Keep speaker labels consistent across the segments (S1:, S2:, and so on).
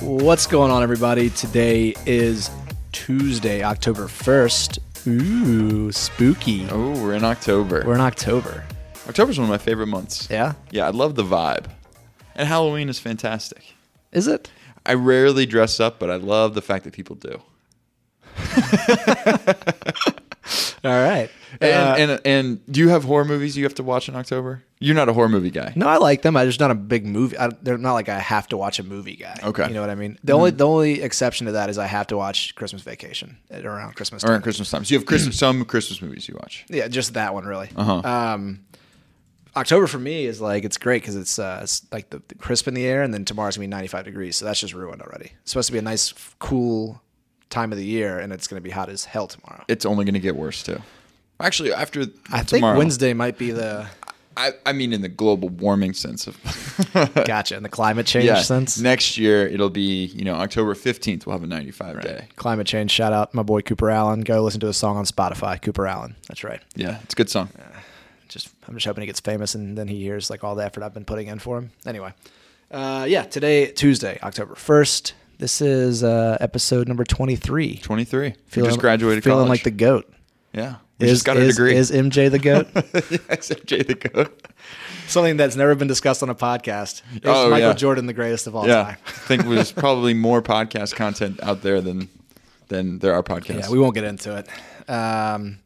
S1: What's going on, everybody? Today is Tuesday, October 1st. Ooh, spooky.
S2: Oh, we're in October.
S1: We're in October.
S2: October's one of my favorite months.
S1: Yeah?
S2: Yeah, I love the vibe. And Halloween is fantastic.
S1: Is it?
S2: I rarely dress up, but I love the fact that people do.
S1: All right.
S2: And,
S1: Uh,
S2: and and do you have horror movies you have to watch in October? You're not a horror movie guy.
S1: no, I like them. I'm just not a big movie. I, they're not like I have to watch a movie guy.
S2: Okay.
S1: You know what I mean? The only the only exception to that is I have to watch Christmas Vacation at around Christmas
S2: Or
S1: time.
S2: in Christmas time. So you have Christmas, some Christmas movies you watch.
S1: Yeah, just that one really.
S2: Uh-huh.
S1: Um, October for me is like it's great because it's, uh, it's like the, the crisp in the air, and then tomorrow's gonna be 95 degrees, so that's just ruined already. It's supposed to be a nice, f- cool time of the year, and it's gonna be hot as hell tomorrow.
S2: It's only going to get worse too. Actually, after
S1: I think
S2: tomorrow,
S1: Wednesday might be the
S2: I, I mean, in the global warming sense of
S1: gotcha and the climate change
S2: yeah.
S1: sense.
S2: Next year it'll be you know October 15th. We'll have a 95 day.
S1: Climate change. Shout out my boy Cooper Allen. Go listen to his song on Spotify. Cooper Allen. That's right.
S2: Yeah, it's a good song.
S1: just I'm just hoping he gets famous and then he hears like all the effort I've been putting in for him. Anyway, uh, yeah, today Tuesday, October first. This is uh, episode number 23.
S2: 23. You just graduated
S1: feeling
S2: college.
S1: like the goat.
S2: Yeah. We
S1: Is
S2: just got a
S1: is-
S2: degree.
S1: is MJ the goat?
S2: Except Jay the Goat.
S1: Something that's never been discussed on a podcast. Is
S2: Oh,
S1: Michael
S2: yeah.
S1: Jordan the greatest of all
S2: Yeah.
S1: time?
S2: I think there's probably more podcast content out there than than there are podcasts.
S1: Yeah, we won't get into it. Um,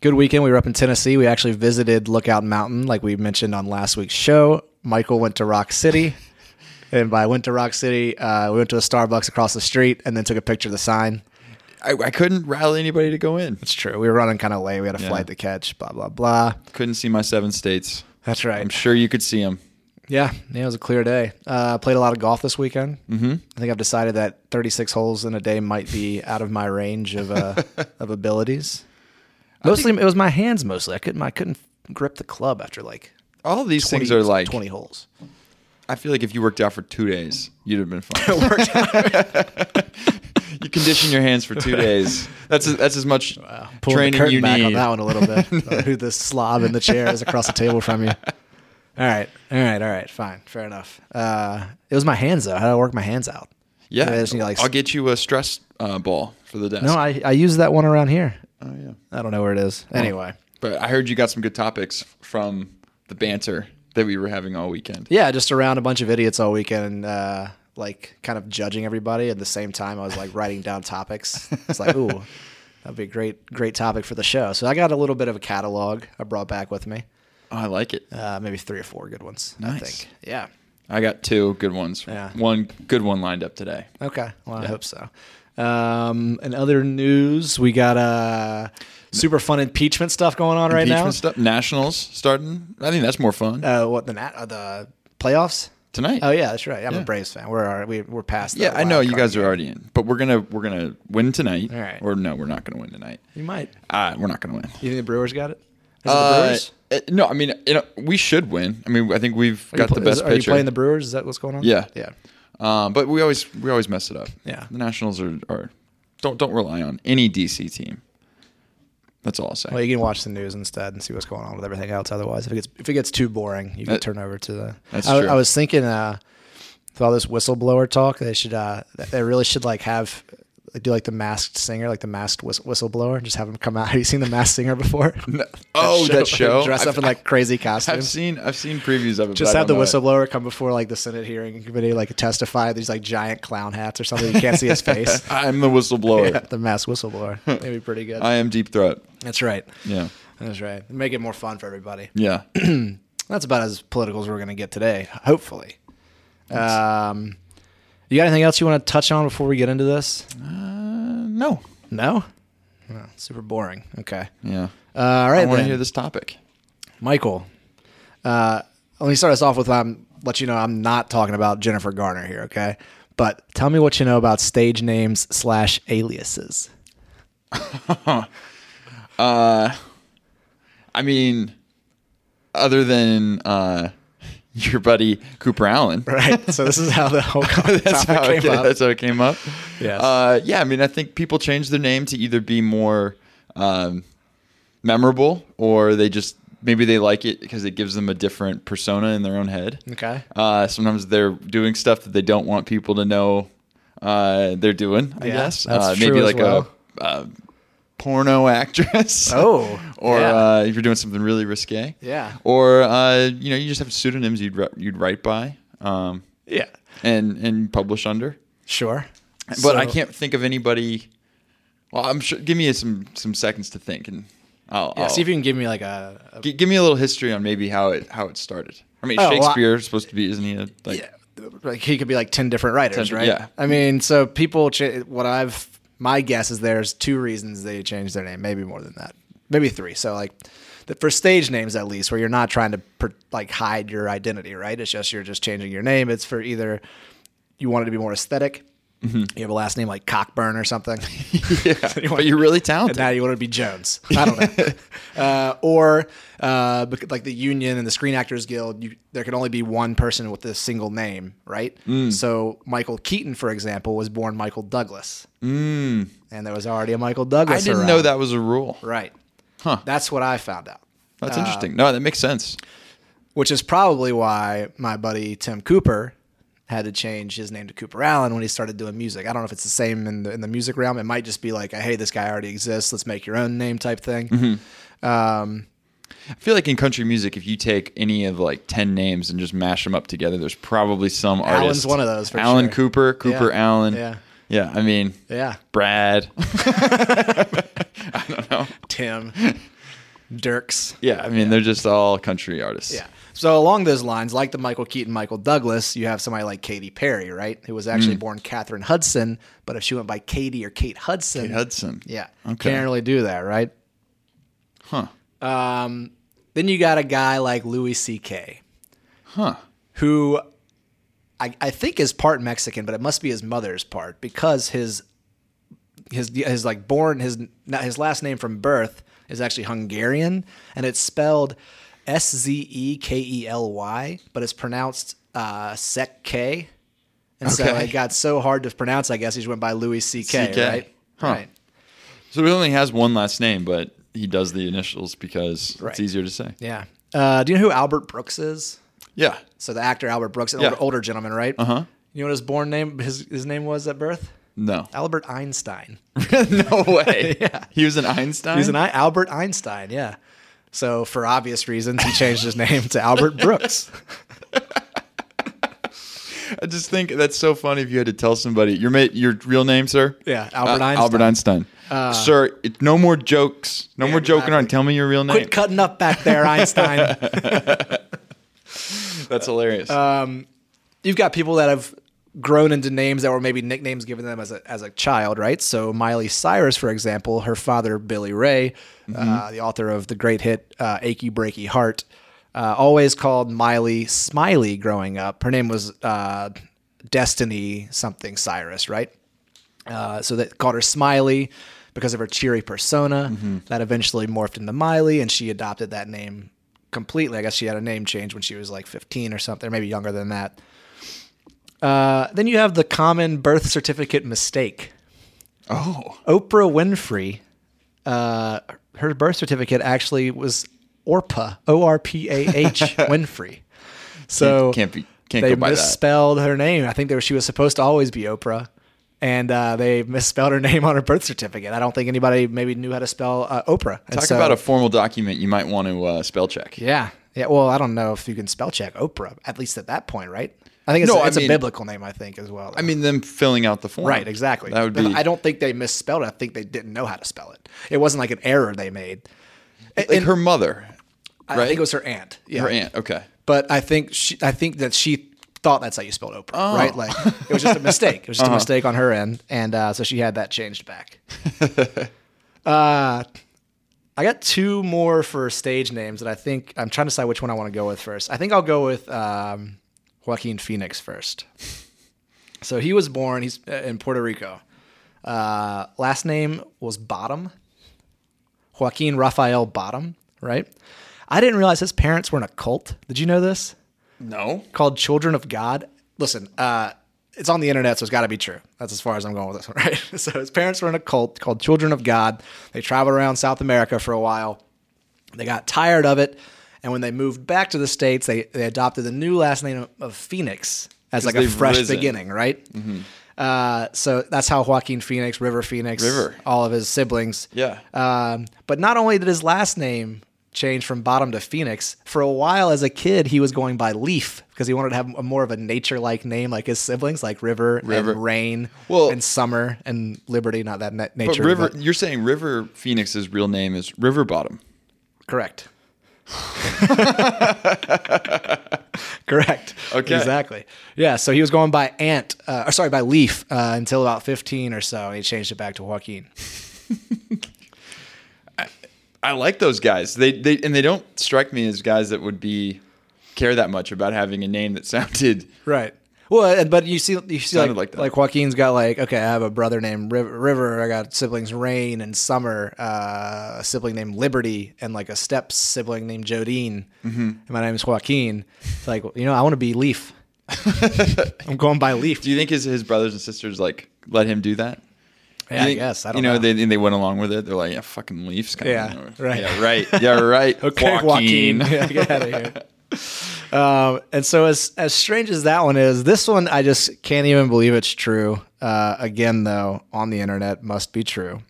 S1: good weekend. We were up in Tennessee. We actually visited Lookout Mountain, like we mentioned on last week's show. Michael went to Rock City. And by went to Rock City, uh, we went to a Starbucks across the street and then took a picture of the sign.
S2: I, I couldn't rally anybody to go in.
S1: It's true. We were running kind of late. We had a
S2: Yeah.
S1: flight to catch, blah, blah, blah.
S2: Couldn't see my seven states.
S1: That's right.
S2: I'm sure you could see them.
S1: Yeah, yeah, it was a clear day. Uh, played a lot of golf this weekend. Mm-hmm. I think I've decided that 36 holes in a day might be out of my range of uh, of abilities. Mostly, it was my hands. Mostly, I couldn't I couldn't grip the club after like
S2: All of these
S1: 20,
S2: things are like.
S1: 20 holes.
S2: I feel like if you worked out for two days, you'd have been fine. you condition your hands for two days. That's that's as much
S1: Pulling the
S2: training
S1: curtain
S2: you
S1: back
S2: need.
S1: on that one a little bit. Uh, Who the slob in the chair is across the table from you? All right, all right, all right. Fine, fair enough. Uh, it was my hands though. How do I work my hands out?
S2: Yeah,
S1: I just need, like,
S2: I'll get you a stress uh, ball for the desk.
S1: No, I I used that one around here.
S2: oh yeah.
S1: I don't know where it is. Anyway.
S2: But I heard you got some good topics from the banter that we were having all weekend.
S1: Yeah, just around a bunch of idiots all weekend, and, uh, like kind of judging everybody. At the same time, I was like writing down topics. It's like, ooh, that'd be a great, great topic for the show. So I got a little bit of a catalog I brought back with me.
S2: Oh, I like it.
S1: Uh, maybe three or four good ones. I
S2: Nice.
S1: think. Yeah.
S2: I got two good ones.
S1: Yeah.
S2: One good one lined up today.
S1: Okay. Well, I hope so. Um, and other news, we got uh, super fun impeachment stuff going on right now.
S2: Impeachment stuff. Nationals starting. I think that's more fun
S1: Uh, what the nat- uh, the playoffs?
S2: tonight.
S1: Oh yeah, that's right. I'm a
S2: Yeah.
S1: Braves fan. We're alre- we, we're past. that
S2: yeah, I
S1: wild
S2: know you
S1: card
S2: guys
S1: game.
S2: are already in, but we're gonna we're gonna win tonight.
S1: All right.
S2: Or no, we're not gonna win tonight.
S1: You might.
S2: Uh, we're not gonna win.
S1: You think the Brewers got it? Is it the
S2: Uh,
S1: Brewers?
S2: uh, no, I mean you know we should win. I mean I think we've
S1: Are you
S2: got
S1: pl-
S2: the best
S1: is- Are you
S2: pitcher.
S1: playing the Brewers? Is that what's going on?
S2: Yeah.
S1: Yeah.
S2: um, but we always we always mess it up.
S1: Yeah.
S2: the Nationals are, are don't don't rely on any DC team. That's all I'll say.
S1: Well, you can watch the news instead and see what's going on with everything else. Otherwise, if it gets if it gets too boring, you can
S2: That-
S1: turn over to the.
S2: that's
S1: I,
S2: true.
S1: I was thinking, uh, with all this whistleblower talk, they should uh, they really should like have like, do like the masked singer, like the masked whis- whistleblower, and just have him come out. Have you seen the masked singer before?
S2: oh, that show.
S1: dress up
S2: I've-
S1: in like crazy
S2: I've
S1: costumes.
S2: seen I've seen previews of it.
S1: Just
S2: but I
S1: have the
S2: don't know it.
S1: whistleblower come before like the Senate hearing committee, like testify. These like giant clown hats or something. You can't see his face.
S2: I'm the whistleblower.
S1: Yeah, the mass whistleblower. That'd be pretty good.
S2: I am Deep Throat.
S1: That's right.
S2: Yeah.
S1: That's right. Make it more fun for everybody.
S2: Yeah.
S1: That's about as political as we're going to get today, hopefully. Um, you got anything else you want to touch on before we get into this?
S2: no.
S1: No? No, super boring. Okay.
S2: Yeah.
S1: Uh, all
S2: I
S1: right,
S2: want to
S1: then.
S2: hear this topic.
S1: Michael. Uh, let me start us off with um, let you know I'm not talking about Jennifer Garner here, okay? But tell me what you know about stage names slash aliases.
S2: I mean, other than uh, your buddy Cooper Allen.
S1: Right. So this is how the whole topic
S2: That's how, it
S1: came
S2: came,
S1: up.
S2: that's how it came up.
S1: Yes.
S2: Uh, yeah, I mean, I think people change their name to either be more um, memorable or they just maybe they like it because it gives them a different persona in their own head.
S1: okay.
S2: Uh, sometimes they're doing stuff that they don't want people to know uh, they're doing. I
S1: Yeah,
S2: guess
S1: that's
S2: uh,
S1: true
S2: maybe
S1: as
S2: like
S1: well.
S2: a, a porno actress.
S1: Oh,
S2: or
S1: yeah.
S2: uh, if you're doing something really risque.
S1: Yeah.
S2: Or uh, you know, you just have pseudonyms you'd ri- you'd write by, um,
S1: Yeah.
S2: and and publish under.
S1: Sure.
S2: But I can't think of anybody. Well, I'm sure. Give me some some seconds to think, and I'll,
S1: Yeah,
S2: I'll-
S1: see if you can give me like a, a
S2: gi- give me a little history on maybe how it how it started. I mean,
S1: Oh, well, I-
S2: Shakespeare is supposed to be, isn't he? A, like,
S1: yeah, like he could be like 10 different writers,
S2: 10
S1: right?
S2: yeah.
S1: I mean, so people, cha- what I've, my guess is there's two reasons they changed their name, maybe more than that, maybe three. So, like, the, for stage names at least, where you're not trying to per, like hide your identity, right? It's just you're just changing your name. It's for either you want it to be more esthetic
S2: Mm-hmm.
S1: You have a last name like Cockburn or something.
S2: yeah. but you're really talented.
S1: And now you want to be Jones. I don't know. uh, or uh, bec- like the union and the Screen Actors Guild, you, there can only be one person with a single name, right?
S2: Mm.
S1: So Michael Keaton, for example, was born Michael Douglas, mm. and there was already a Michael
S2: I
S1: Douglas.
S2: didn't
S1: around.
S2: know that was a rule.
S1: Right.
S2: Huh.
S1: That's what I found out.
S2: That's interesting. No, that makes sense.
S1: Which is probably why my buddy Tim Cooper had to change his name to Cooper Allen when he started doing music. I don't know if it's the same in the in the music realm. It might just be like, hey, this guy already exists. Let's make your own name type thing.
S2: Mm-hmm. I feel like in country music, if you take any of like ten names and just mash them up together, there's probably some artist.
S1: Allen's one of those for
S2: Alan
S1: sure.
S2: Cooper, Cooper
S1: Yeah.
S2: Allen.
S1: Yeah.
S2: Yeah. I mean,
S1: Yeah.
S2: Brad.
S1: Tim, Dirks.
S2: Yeah. I mean, they're just all country artists.
S1: Yeah. So along those lines, like the Michael Keaton, Michael Douglas, you have somebody like Katy Perry, right? Who was
S2: Mm.
S1: actually born Catherine Hudson, but if she went by Katie or Kate Hudson,
S2: Kate Hudson.
S1: yeah,
S2: Okay.
S1: can't really do that, right?
S2: Huh.
S1: Um, then you got a guy like Louis C.K.,
S2: Huh.
S1: who I, I think is part Mexican, but it must be his mother's part because his his his like born his not his last name from birth is actually Hungarian and it's spelled S Z E K E L Y, but it's pronounced uh, Sek K. And so
S2: Okay.
S1: it got so hard to pronounce. I guess he just went by Louis C K.
S2: CK,
S1: Right.
S2: huh.
S1: Right.
S2: So he only has one last name, but he does the initials because
S1: Right.
S2: it's easier to say.
S1: Yeah. Uh, do you know who Albert Brooks is?
S2: Yeah.
S1: So the actor Albert Brooks, an
S2: Yeah.
S1: older, older gentleman, right? Uh huh. You know what his born name his his name was at birth?
S2: No.
S1: Albert Einstein.
S2: no way. He was an Einstein.
S1: He's an I- Albert Einstein, yeah. So for obvious reasons, he changed his name to Albert Brooks.
S2: I just think that's so funny if you had to tell somebody your mate, your real name, sir.
S1: Yeah, Albert
S2: Uh,
S1: Einstein. Uh,
S2: Albert Einstein. sir, it, no more jokes. No more joking
S1: exactly.
S2: on. Tell me your real name.
S1: Quit cutting up back there, Einstein.
S2: That's hilarious.
S1: Uh, You've got people that have grown into names that were maybe nicknames given them as a, as a child, right? So Miley Cyrus, for example, her father, Billy Ray, uh, the author of the great hit uh, Achy Breaky Heart, uh, always called Miley Smiley growing up. Her name was uh, Destiny something Cyrus, right? Uh, so that called her Smiley because of her cheery persona.
S2: Mm-hmm.
S1: That eventually morphed into Miley, and she adopted that name completely. I guess she had a name change when she was like 15 or something, or maybe younger than that. Uh, then you have the common birth certificate mistake.
S2: oh,
S1: Oprah Winfrey, uh, her birth certificate actually was Orpa, O R P A H Winfrey. So
S2: can't be. Can't
S1: oh, they
S2: go by that.
S1: misspelled her name. I think they were, she was supposed to always be Oprah, and uh, they misspelled her name on her birth certificate. I don't think anybody maybe knew how to spell uh, Oprah. And
S2: Talk
S1: so-
S2: about a formal document you might want to uh, spell check.
S1: yeah, yeah. Well, I don't know if you can spell check Oprah at least at that point, right? I think it's,
S2: No, I
S1: it's a
S2: mean-
S1: biblical name, I think as well.
S2: I mean, them filling out the form.
S1: Right, exactly.
S2: That would
S1: But
S2: be.
S1: I don't think they misspelled it. I think they didn't know how to spell it. It wasn't like an error they made.
S2: like her mother.
S1: I- I
S2: right?
S1: think it was her aunt. Yeah.
S2: Her aunt. Okay.
S1: But I think she, I think that she thought that's how you spelled Oprah, right? Like it was just a mistake. It was just a mistake on her end, and uh, so she had that changed back. uh, I got two more for stage names that I think I'm trying to decide which one I want to go with first. I think I'll go with um, Joaquin Phoenix first. So he was born. He's uh, in Puerto Rico. Uh, last name was Bottom. Joaquin Raphael Bottom, right? I didn't realize his parents were in a cult. Did you know this?
S2: No.
S1: Called Children of God. Listen, uh, it's on the internet, so it's got to be true. That's as far as I'm going with this one, right? So his parents were in a cult called Children of God. They traveled around South America for a while. They got tired of it, and when they moved back to the states, they they adopted the new last name of Phoenix as like a
S2: they've
S1: fresh
S2: risen. Mm-hmm.
S1: beginning, right? Uh, so that's how Joaquin Phoenix, River Phoenix,
S2: River.
S1: all of his siblings.
S2: Yeah.
S1: Um, but not only did his last name change from Bottom to Phoenix, for a while as a kid, he was going by Leaf because he wanted to have a more of a nature like name like his siblings, like River,
S2: River.
S1: and Rain
S2: Well-
S1: and Summer and Liberty, not that na-
S2: But
S1: nature.
S2: River, you're saying River Phoenix's real name is Riverbottom.
S1: Correct. Correct.
S2: Okay.
S1: Exactly. Yeah. So he was going by Ant, uh, or sorry, by Leaf uh, until about 15 or so, and he changed it back to Joaquin.
S2: I like those guys. They they and they don't strike me as guys that would be care that much about having a name that sounded
S1: Right. Well, and- but you see, you see, like,
S2: Sounded like
S1: like,
S2: that.
S1: Joaquin's got like, okay, I have a brother named River. River I got siblings Rain and Summer, uh, a sibling named Liberty, and like a step sibling named Jodine. Mm-hmm. And my name is Joaquin. It's like, you know, I want to be Leaf. I'm going by Leaf.
S2: Do you think his his brothers and sisters like let him do that?
S1: yeah,
S2: you
S1: I
S2: think-
S1: guess. I don't
S2: you know,
S1: know.
S2: They, and they went along with it. They're like, yeah, fucking Leafs coming.
S1: Yeah,
S2: in.
S1: right.
S2: Yeah, right. Yeah, right.
S1: okay, Joaquin. Yeah, get out of here. Um, and so, as as strange as that one is, this one I just can't even believe it's true. Uh, again, though, on the internet, must be true.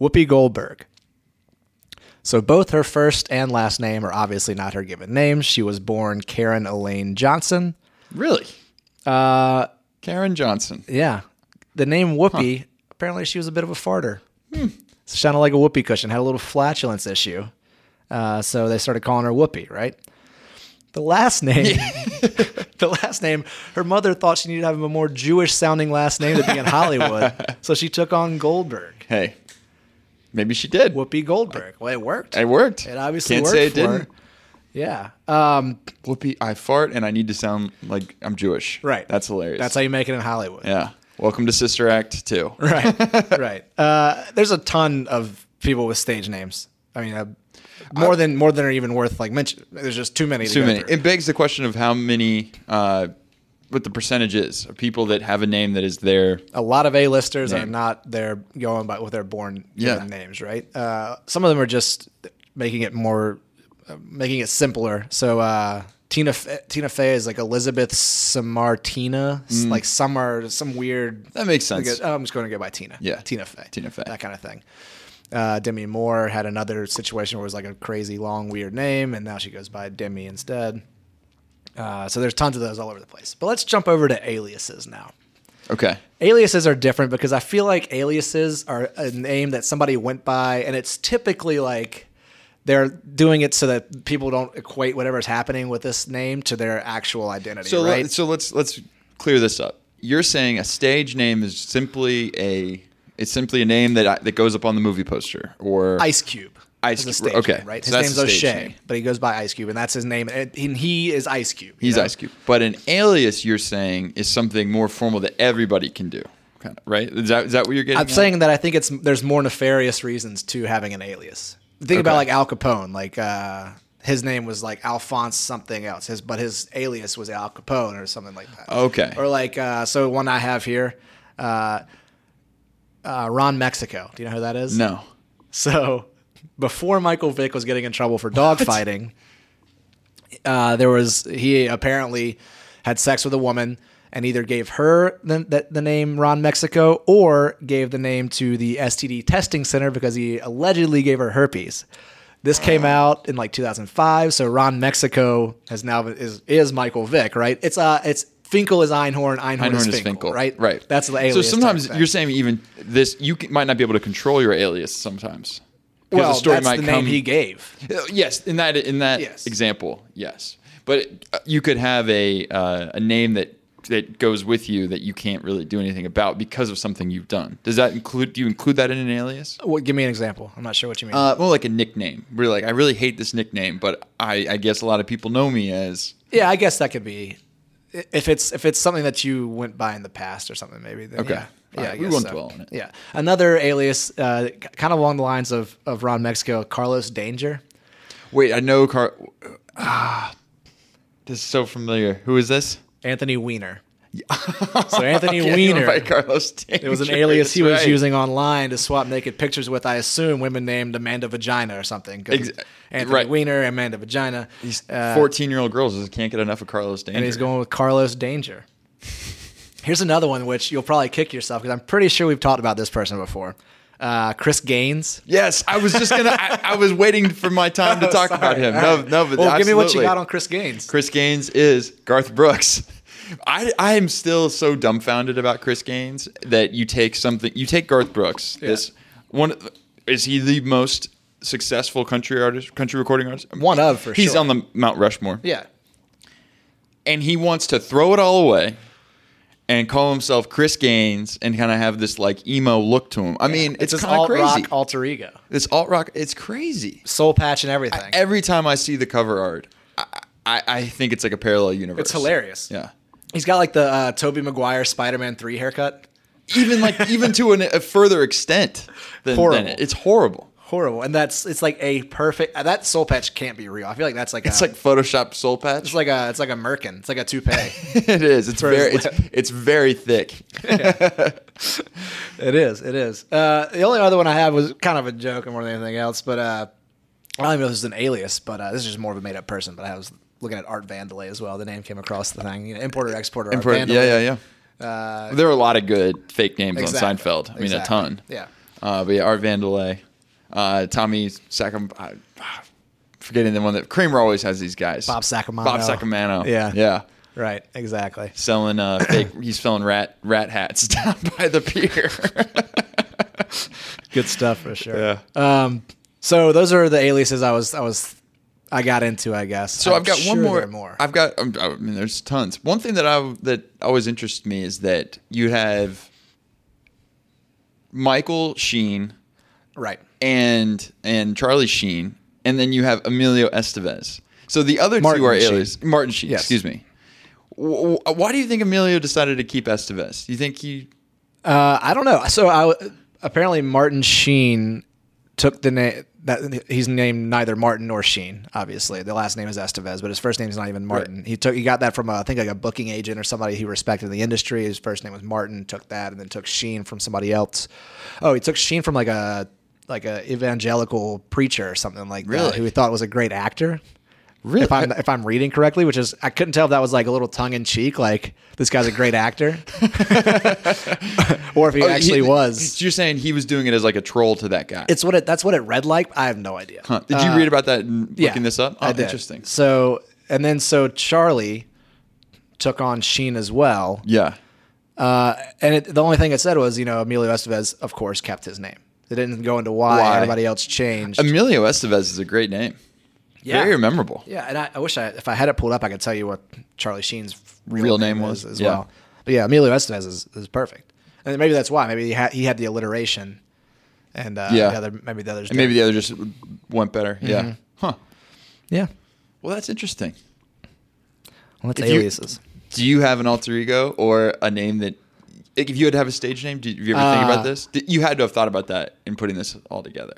S1: Whoopi Goldberg. So both her first and last name are obviously not her given name. She was born Karen Elaine Johnson.
S2: Really?
S1: Uh,
S2: Karen Johnson.
S1: yeah, the name Whoopi. Apparently, she was a bit of a farter. So sounded like a whoopee cushion. Had a little flatulence issue. Uh, so they started calling her Whoopi, right? The last name, the last name. Her mother thought she needed to have a more Jewish-sounding last name to be in Hollywood, so she took on Goldberg,
S2: Hey, maybe she did.
S1: Whoopi Goldberg. Well, it worked.
S2: It worked.
S1: It obviously
S2: Can't
S1: worked
S2: say it
S1: for
S2: didn't.
S1: Yeah. Um,
S2: Whoopee, I fart and I need to sound like I'm Jewish.
S1: right.
S2: That's hilarious.
S1: That's how you make it in Hollywood.
S2: yeah. Welcome to Sister Act 2.
S1: right right uh, there's a ton of people with stage names i mean uh, more than more than are even worth like mention there's just too many to
S2: Too
S1: go
S2: many.
S1: through.
S2: It begs the question of how many, uh, what the percentage is of people that have a name that is their.
S1: a lot of a-listers are
S2: Name.
S1: not they're going by what they're born
S2: Yeah.
S1: given names right uh, some of them are just making it more uh, making it simpler so uh Tina F- Tina Fey is like Elizabeth Samartina,
S2: Mm.
S1: s- like some are some weird.
S2: That makes
S1: like,
S2: sense.
S1: uh, I'm just going to go by Tina.
S2: Yeah.
S1: Tina Fey.
S2: Tina Fey.
S1: That kind of thing. Uh, Demi Moore had another situation where it was like a crazy long weird name, and now she goes by Demi instead. Uh, so there's tons of those all over the place. But let's jump over to aliases now.
S2: Okay.
S1: Aliases are different because I feel like aliases are a name that somebody went by, and it's typically like they're doing it so that people don't equate whatever's happening with this name to their actual identity,
S2: So
S1: right?
S2: let, so let's let's clear this up. You're saying a stage name is simply a it's simply a name that I, that goes up on the movie poster or
S1: Ice Cube.
S2: Ice
S1: is a
S2: Cube,
S1: stage
S2: okay.
S1: name, right?
S2: So
S1: His name's
S2: that's a stage
S1: O'Shea,
S2: name.
S1: but he goes by Ice Cube, and that's his name, and and he is Ice Cube. you
S2: he's
S1: know?
S2: Ice Cube. But an alias you're saying is something more formal that everybody can do, kind of, right? Is that is that what you're getting?
S1: I'm
S2: at?
S1: saying that I think it's there's more nefarious reasons to having an alias. Think about
S2: Okay.
S1: like Al Capone, like uh, his name was like Alphonse something else, his but his alias was Al Capone or something like that.
S2: Okay.
S1: Or like uh, so one I have here, uh, uh, Ron Mexico. Do you know who that is?
S2: no.
S1: So before Michael Vick was getting in trouble for dogfighting, uh, there was he apparently had sex with a woman and either gave her the, the, the name Ron Mexico or gave the name to the STD testing center because he allegedly gave her herpes. This
S2: Oh.
S1: came out in like 2005, so Ron Mexico has now is is Michael Vick, right? It's uh it's Finkel is Einhorn, Einhorn,
S2: Einhorn
S1: is
S2: is
S1: Finkel,
S2: Finkel,
S1: right?
S2: Right.
S1: That's the alias.
S2: So
S1: type
S2: sometimes
S1: thing.
S2: you're saying even this, you can, might not be able to control your alias sometimes. 'Cause
S1: well, that's the name he gave.
S2: Uh, Yes, in that in that
S1: Yes.
S2: example, yes. But uh, you could have a uh, a name that that goes with you that you can't really do anything about because of something you've done. Does that include? Do you include that in an alias?
S1: What? Give me an example. I'm not sure what you mean.
S2: Uh, more like a nickname. We're like, I really hate this nickname, but I, I guess a lot of people know me as.
S1: Yeah, I guess that could be if it's if it's something that you went by in the past or something. Maybe then,
S2: Okay.
S1: Yeah,
S2: All
S1: yeah
S2: right,
S1: I
S2: we
S1: guess
S2: won't
S1: so.
S2: dwell on it.
S1: Yeah, another alias, uh, k- kind of along the lines of of Ron Mexico, Carlos Danger.
S2: Wait, I know Car. Ah, this is so familiar. Who is this?
S1: Anthony Weiner. so Anthony
S2: Can't even
S1: Weiner.
S2: by Carlos
S1: It was an
S2: Danger.
S1: alias he
S2: That's
S1: was
S2: right.
S1: using online to swap naked pictures with, I assume, women named Amanda Vagina or something. 'cause
S2: Ex-
S1: Anthony
S2: right.
S1: Weiner, Amanda Vagina.
S2: These
S1: Uh,
S2: fourteen-year-old girls just can't get enough of Carlos Danger.
S1: and he's going with Carlos Danger. Here's another one which you'll probably kick yourself because I'm pretty sure we've talked about this person before. Uh, Chris Gaines.
S2: Yes, I was just gonna. I, I was waiting for my time to talk about him. No, no, but
S1: well, give me what you
S2: absolutely.
S1: got on Chris Gaines.
S2: Chris Gaines is Garth Brooks. I, I am still so dumbfounded about Chris Gaines that you take something you take Garth Brooks. This one is he the most successful country artist, country recording artist?
S1: One of, for
S2: He's
S1: sure.
S2: on the Mount Rushmore.
S1: Yeah.
S2: And he wants to throw it all away and call himself Chris Gaines and kind of have this like emo look to him. I mean, it's,
S1: his
S2: kind of
S1: alt
S2: crazy.
S1: rock alter ego.
S2: this alt rock, it's crazy.
S1: Soul patch and everything.
S2: Every time I see the cover art, I, I, I think it's like a parallel universe.
S1: it's hilarious.
S2: Yeah.
S1: He's got like the uh, Toby Maguire Spider-Man 3 haircut.
S2: even like even to an, a further extent than,
S1: Horrible.
S2: than it. it's horrible
S1: Horrible. And that's it's like a perfect that soul patch can't be real. I feel like that's like
S2: it's
S1: a,
S2: like photoshop soul patch
S1: it's like a it's like a merkin. It's like a toupee.
S2: it is it's
S1: his
S2: very it's, it's very thick
S1: It is. It is. Uh, the only other one I had was kind of a joke more than anything else, but uh, I don't even know if this is an alias, but uh, this is just more of a made up person. But I was looking at Art Vandelay as well. The name came across the thing. You know, importer, exporter,
S2: yeah
S1: Art Vandelay.
S2: yeah yeah there are a lot of good fake names on
S1: Uh, Exactly.
S2: seinfeld i mean a
S1: Exactly.
S2: ton
S1: Yeah.
S2: uh, but yeah art vandelay uh, tommy sacram I- ah, forgetting the one that kramer always has these guys
S1: Bob Sacramento.
S2: bob sacramento
S1: Yeah.
S2: yeah
S1: Right. Exactly.
S2: selling uh fake he's selling rat rat hats down by the pier
S1: Good stuff for sure.
S2: Yeah.
S1: Um, so those are the aliases I was I was I got into, I guess.
S2: So i
S1: I'm
S2: have got
S1: sure
S2: one more.
S1: there are more.
S2: I've got. um, I mean, there's tons. One thing that I that always interests me is that you have Michael Sheen
S1: right.
S2: and and Charlie Sheen, and then you have Emilio Estevez. So the other
S1: Martin
S2: two are
S1: Sheen.
S2: alias Martin Sheen.
S1: Yes.
S2: Excuse me. W- w- Why do you think Emilio decided to keep Estevez? Do you think he?
S1: Uh, I don't know. So I, apparently Martin Sheen took the name that he's named neither Martin nor Sheen. Obviously, the last name is Estevez, but his first name is not even Martin. He took he got that from uh, I think like a booking agent or somebody he respected in the industry. His first name was Martin. Took that and then took Sheen from somebody else. Oh, he took Sheen from like a like a evangelical preacher or something like that
S2: Really?
S1: who he thought was a great actor. Really? If I'm if I'm reading correctly, which is I couldn't tell if that was like a little tongue in cheek, like this guy's a great actor, or if he actually
S2: Oh, He-
S1: was.
S2: You're saying he was doing it as like a troll to that guy.
S1: It's what it that's what it read like. I have no idea. Uh,
S2: Huh. Did you read about that? in Looking
S1: Yeah,
S2: this up.
S1: I
S2: Oh,
S1: did.
S2: interesting.
S1: So and then so Charlie took on Sheen as well, Uh,
S2: Yeah.
S1: and it, the only thing it said was you know Emilio Estevez of course kept his name. It didn't go into why,
S2: Why?
S1: everybody else changed.
S2: Emilio Estevez is a great name.
S1: Yeah.
S2: Very memorable.
S1: Yeah, and I, I wish I if I had it pulled up, I could tell you what Charlie Sheen's real,
S2: Real
S1: name,
S2: name
S1: was
S2: was,
S1: as
S2: yeah.
S1: well. But yeah, Emilio Estevez is, is perfect, and maybe that's why. Maybe he had he had the alliteration, and uh,
S2: Yeah.
S1: the other, maybe the others.
S2: And maybe the other just went better.
S1: Mm-hmm.
S2: Yeah. Huh.
S1: didn't. yeah.
S2: Well, that's interesting.
S1: Well, that's
S2: If you-
S1: aliases.
S2: Do you have an alter ego or a name that, if you had to have a stage name, did you ever think
S1: Uh,
S2: about this? Did- You had to have thought about that in putting this all together.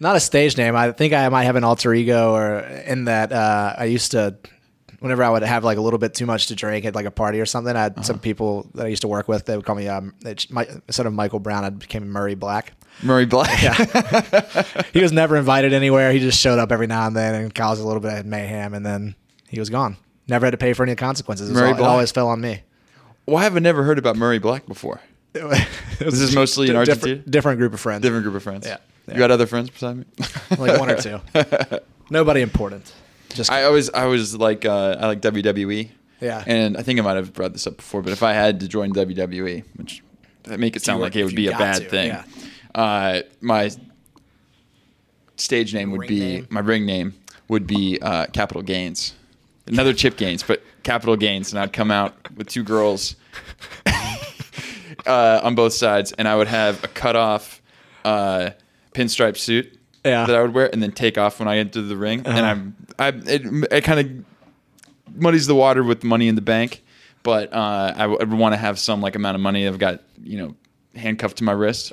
S1: Not a stage name. I think I might have an alter ego, or in that uh, I used to. Whenever I would have like a little bit too much to drink at like a party or something, I had
S2: Uh-huh.
S1: some people that I used to work with. They would call me um, it's my, instead of Michael Brown, I became Murray Black.
S2: Murray Black.
S1: he was never invited anywhere. He just showed up every now and then and caused a little bit of mayhem, and then he was gone. Never had to pay for any consequences. It, was
S2: Murray
S1: all, it
S2: Black.
S1: always fell on me.
S2: Why have I never heard about Murray Black before?
S1: this
S2: is mostly in Argentina?
S1: Different, different group of friends,
S2: Different group of friends.
S1: Yeah.
S2: You had other friends beside me?
S1: like one or two. Nobody important. Just
S2: I always, I was like, uh, I like WWE.
S1: Yeah.
S2: And I think I might have brought this up before, but if I had to join WWE, which that make it sound
S1: you were-
S2: like it
S1: if
S2: would
S1: you
S2: be a
S1: got
S2: bad
S1: to,
S2: thing,
S1: yeah.
S2: uh, my stage name would
S1: Ring
S2: be
S1: name?
S2: my ring name would be uh, Capital Gains, another Chip Gains, but Capital Gains, and I'd come out with two girls uh, on both sides, and I would have a cut off uh, pinstripe suit
S1: Yeah.
S2: that I would wear, and then take off when I entered the ring.
S1: Uh-huh.
S2: And I'm, I, it, it kind of muddies the water with money in the bank, but uh, I would want to have some like amount of money. I've got you know handcuffed to my wrist.